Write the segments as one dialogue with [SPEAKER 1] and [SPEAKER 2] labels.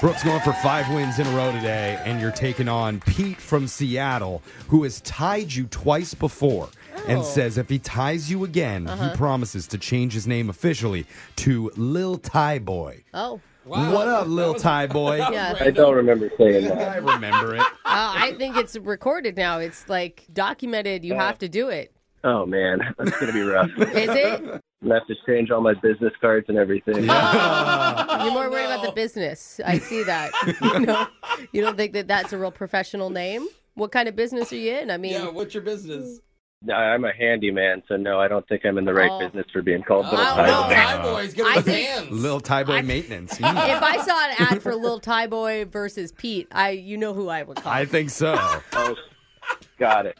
[SPEAKER 1] Brooks going for five wins in a row today, and you're taking on Pete from Seattle, who has tied you twice before
[SPEAKER 2] Oh. Uh-huh.
[SPEAKER 1] and says if he ties you again, he promises to change his name officially to Lil Tie Boy.
[SPEAKER 2] Oh,
[SPEAKER 1] What up, Lil Tie Boy?
[SPEAKER 3] Oh,
[SPEAKER 2] yeah.
[SPEAKER 4] I don't remember saying that.
[SPEAKER 1] I remember it.
[SPEAKER 2] Uh, I think it's recorded now. It's like documented. You have to do it.
[SPEAKER 4] Oh man, that's gonna be rough. I'm
[SPEAKER 2] Is it? You're
[SPEAKER 4] gonna have to change all my business cards and everything.
[SPEAKER 3] Oh,
[SPEAKER 2] more worried about the business. I see that. you know, you don't think that that's a real professional name. What kind of business are you in? I mean,
[SPEAKER 3] Yeah, what's your business?
[SPEAKER 4] No, I'm a handyman, so no, I don't think I'm in the right
[SPEAKER 2] Oh.
[SPEAKER 4] business for being called Little
[SPEAKER 2] Oh,
[SPEAKER 4] Ty.
[SPEAKER 2] no.
[SPEAKER 3] Thai boys, give
[SPEAKER 2] I
[SPEAKER 3] us
[SPEAKER 2] think-
[SPEAKER 3] hands.
[SPEAKER 1] Lil Tie Boy Maintenance. Mm.
[SPEAKER 2] if I saw an ad for Lil Tie Boy versus Pete, I you know who I would call.
[SPEAKER 1] I think so.
[SPEAKER 4] Oh, got it.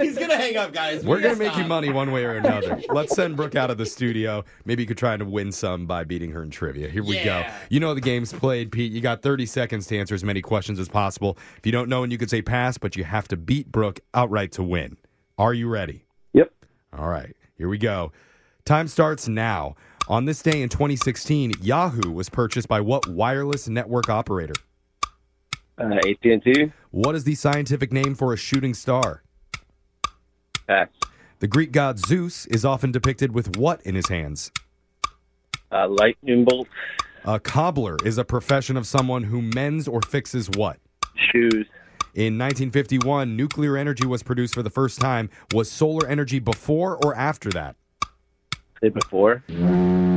[SPEAKER 3] He's gonna hang up, guys.
[SPEAKER 1] We're
[SPEAKER 3] We
[SPEAKER 1] going to
[SPEAKER 3] gotta
[SPEAKER 1] make you
[SPEAKER 3] stop.
[SPEAKER 1] money one way or another. Let's send Brooke out of the studio. Maybe you could try to win some by beating her in trivia. Here we go.
[SPEAKER 3] Yeah.
[SPEAKER 1] You know the game's played, Pete. You got 30 seconds to answer as many questions as possible. If you don't know, and you could say pass, but you have to beat Brooke outright to win. Are you ready?
[SPEAKER 4] Yep.
[SPEAKER 1] All right. Here we go. Time starts now. On this day in 2016, Yahoo was purchased by what wireless network operator?
[SPEAKER 4] Uh, AT&T.
[SPEAKER 1] What is the scientific name for a shooting star?
[SPEAKER 4] Pass.
[SPEAKER 1] The Greek god Zeus is often depicted with what in his hands?
[SPEAKER 4] Uh, lightning bolt.
[SPEAKER 1] A cobbler is a profession of someone who mends or fixes what?
[SPEAKER 4] Shoes.
[SPEAKER 1] In 1951, nuclear energy was produced for the first time. Was solar energy before or after that?
[SPEAKER 4] Say before.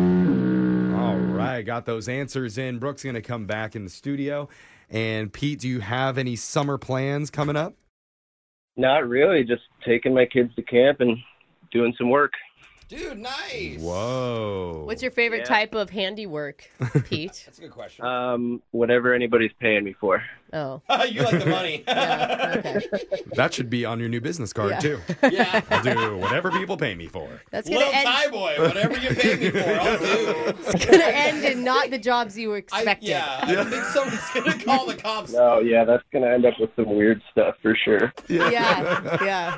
[SPEAKER 1] All right, got those answers in. Brooke's going to come back in the studio. And Pete, do you have any summer plans coming up?
[SPEAKER 4] Not really. Just taking my kids to camp and doing some work.
[SPEAKER 3] dude. Nice.
[SPEAKER 1] Whoa.
[SPEAKER 2] What's your favorite
[SPEAKER 4] Yeah.
[SPEAKER 2] type of handiwork, Pete?
[SPEAKER 3] That's a good question.
[SPEAKER 4] Um, whatever anybody's paying me for.
[SPEAKER 2] oh,
[SPEAKER 3] you like the money?
[SPEAKER 2] yeah, okay.
[SPEAKER 1] that should be on your new business card,
[SPEAKER 2] Yeah.
[SPEAKER 1] too.
[SPEAKER 3] yeah.
[SPEAKER 1] I'll do whatever people pay me for.
[SPEAKER 2] That's gonna
[SPEAKER 3] Little
[SPEAKER 2] end.
[SPEAKER 3] Thai boy, whatever you pay me for, I'll do.
[SPEAKER 2] It's gonna end in not the jobs you were
[SPEAKER 3] I,
[SPEAKER 2] expecting.
[SPEAKER 3] yeah, I think somebody's gonna call the cops.
[SPEAKER 4] No, yeah, that's gonna end up with some weird stuff for sure.
[SPEAKER 2] yeah, yeah.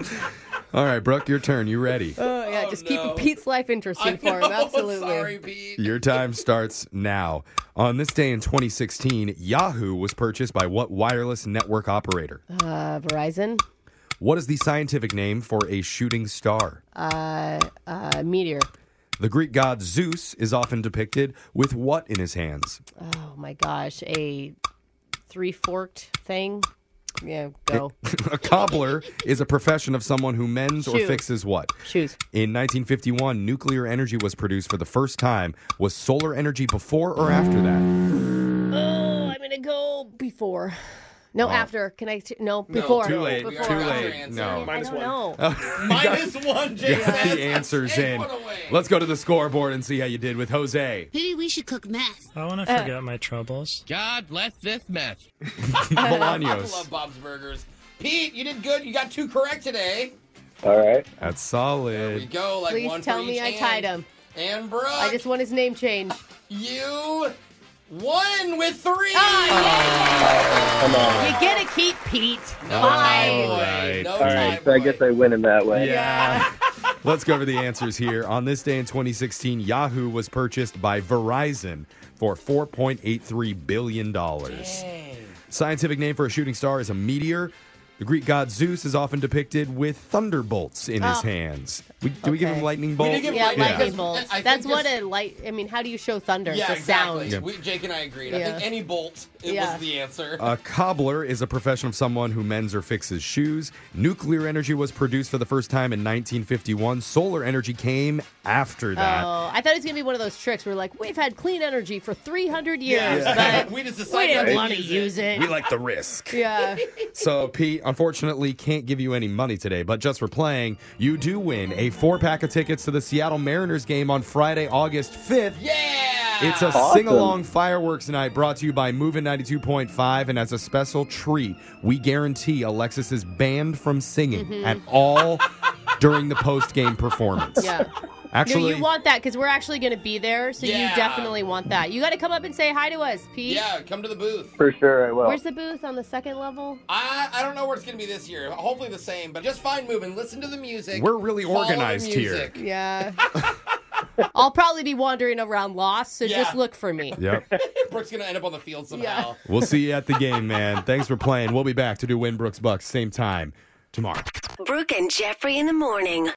[SPEAKER 1] All right, Brooke, your turn. You ready?
[SPEAKER 2] Oh yeah,
[SPEAKER 3] Oh,
[SPEAKER 2] just
[SPEAKER 3] no.
[SPEAKER 2] keeping Pete's life interesting
[SPEAKER 3] I
[SPEAKER 2] for him.
[SPEAKER 3] know,
[SPEAKER 2] Absolutely.
[SPEAKER 3] Sorry, Pete.
[SPEAKER 1] Your time starts now. On this day in 2016, Yahoo was purchased by what wireless network operator?
[SPEAKER 2] Uh, Verizon,
[SPEAKER 1] What is the scientific name for a shooting star?
[SPEAKER 2] uh, uh, Meteor.
[SPEAKER 1] The Greek god Zeus is often depicted with what in his hands?
[SPEAKER 2] Oh my gosh, a three forked thing. Yeah, go
[SPEAKER 1] a cobbler is a profession of someone who mends or
[SPEAKER 2] Shoe.
[SPEAKER 1] fixes what?
[SPEAKER 2] shoes.
[SPEAKER 1] In 1951, nuclear energy was produced for the first time. Was solar energy before or after that?
[SPEAKER 2] Oh, I'm gonna go before. No, after. Can I? T- no, before.
[SPEAKER 1] too late.
[SPEAKER 2] Before.
[SPEAKER 1] Too
[SPEAKER 3] Before.
[SPEAKER 1] late. No.
[SPEAKER 2] I don't know.
[SPEAKER 3] Minus one, Jason.
[SPEAKER 1] Got the answers in. Let's go to the scoreboard and see how you did with Jose.
[SPEAKER 5] Maybe we should cook meth.
[SPEAKER 6] I want to forget my troubles.
[SPEAKER 7] God bless this mess.
[SPEAKER 3] I love
[SPEAKER 1] Bolaños.
[SPEAKER 3] Bob's Burgers. Pete, you did good. You got two correct today.
[SPEAKER 4] All right.
[SPEAKER 1] That's
[SPEAKER 3] There we
[SPEAKER 1] solid.
[SPEAKER 3] go. Like one
[SPEAKER 2] Please
[SPEAKER 3] for
[SPEAKER 2] tell me
[SPEAKER 3] each
[SPEAKER 2] I
[SPEAKER 3] hand.
[SPEAKER 2] tied him.
[SPEAKER 3] And Brooke,
[SPEAKER 2] I just want his name changed.
[SPEAKER 3] you won with three.
[SPEAKER 2] Ah, You get a keep, Pete.
[SPEAKER 3] Tie
[SPEAKER 2] Bye.
[SPEAKER 3] boy.
[SPEAKER 1] Right.
[SPEAKER 3] No
[SPEAKER 1] All
[SPEAKER 4] All
[SPEAKER 3] tie
[SPEAKER 4] right. So I
[SPEAKER 3] boy.
[SPEAKER 4] guess I win in that way.
[SPEAKER 1] Yeah. Let's go over the answers here. On this day in 2016, Yahoo was purchased by Verizon for $4.83 billion. Scientific name for a shooting star is a meteor. The Greek god Zeus is often depicted with thunderbolts in his
[SPEAKER 2] Oh.
[SPEAKER 1] hands. We, do we give him
[SPEAKER 2] Okay.
[SPEAKER 1] lightning bolt?
[SPEAKER 3] give him
[SPEAKER 2] Yeah,
[SPEAKER 3] lightning
[SPEAKER 2] lightning
[SPEAKER 3] Yeah.
[SPEAKER 2] bolts.
[SPEAKER 3] I think
[SPEAKER 2] That's what
[SPEAKER 3] this-
[SPEAKER 2] a light. I mean, how do you show thunder?
[SPEAKER 3] Yeah,
[SPEAKER 2] it's a sound.
[SPEAKER 3] exactly. We, Jake and I agreed. I
[SPEAKER 2] Yeah.
[SPEAKER 3] think any bolt it
[SPEAKER 2] Yeah.
[SPEAKER 3] was the answer.
[SPEAKER 1] A cobbler is a profession of someone who mends or fixes shoes. Nuclear energy was produced for the first time in 1951. Solar energy came after that.
[SPEAKER 2] Oh, I thought it was gonna be one of those tricks where like we've had clean energy for 300 years, but
[SPEAKER 3] we just
[SPEAKER 2] we
[SPEAKER 3] decided not
[SPEAKER 2] didn't want to use it.
[SPEAKER 1] We like the risk.
[SPEAKER 2] Yeah.
[SPEAKER 1] So, Pete, unfortunately, can't give you any money today, but just for playing, you do win a four pack of tickets to the Seattle Mariners game on Friday, August 5th.
[SPEAKER 3] Yeah.
[SPEAKER 1] It's a
[SPEAKER 4] Awesome.
[SPEAKER 1] sing along fireworks night brought to you by Movin' 92.5. And as a special treat, we guarantee Alexis is banned from singing
[SPEAKER 2] Mm-hmm.
[SPEAKER 1] at all during the post game performance.
[SPEAKER 2] Yeah. No,
[SPEAKER 1] Actually,
[SPEAKER 2] you want that because we're actually going to be there, so
[SPEAKER 3] Yeah.
[SPEAKER 2] you definitely want that. You got to come up and say hi to us, Pete.
[SPEAKER 3] yeah, come to the booth.
[SPEAKER 4] For sure, I will.
[SPEAKER 2] Where's the booth on the second level?
[SPEAKER 3] I, I don't know where it's going to be this year. Hopefully the same, but just find moving. Listen to the music.
[SPEAKER 1] We're really
[SPEAKER 3] Follow the
[SPEAKER 1] organized here.
[SPEAKER 3] music.
[SPEAKER 2] Yeah. I'll probably be wandering around lost, so
[SPEAKER 3] Yeah.
[SPEAKER 2] just look for me.
[SPEAKER 1] Yep.
[SPEAKER 3] Brooke's gonna end up on the field somehow.
[SPEAKER 1] We'll see you at the game, man. Thanks for playing. We'll be back to do Winbrooks Bucks same time tomorrow.
[SPEAKER 5] Brooke and Jeffrey in the morning.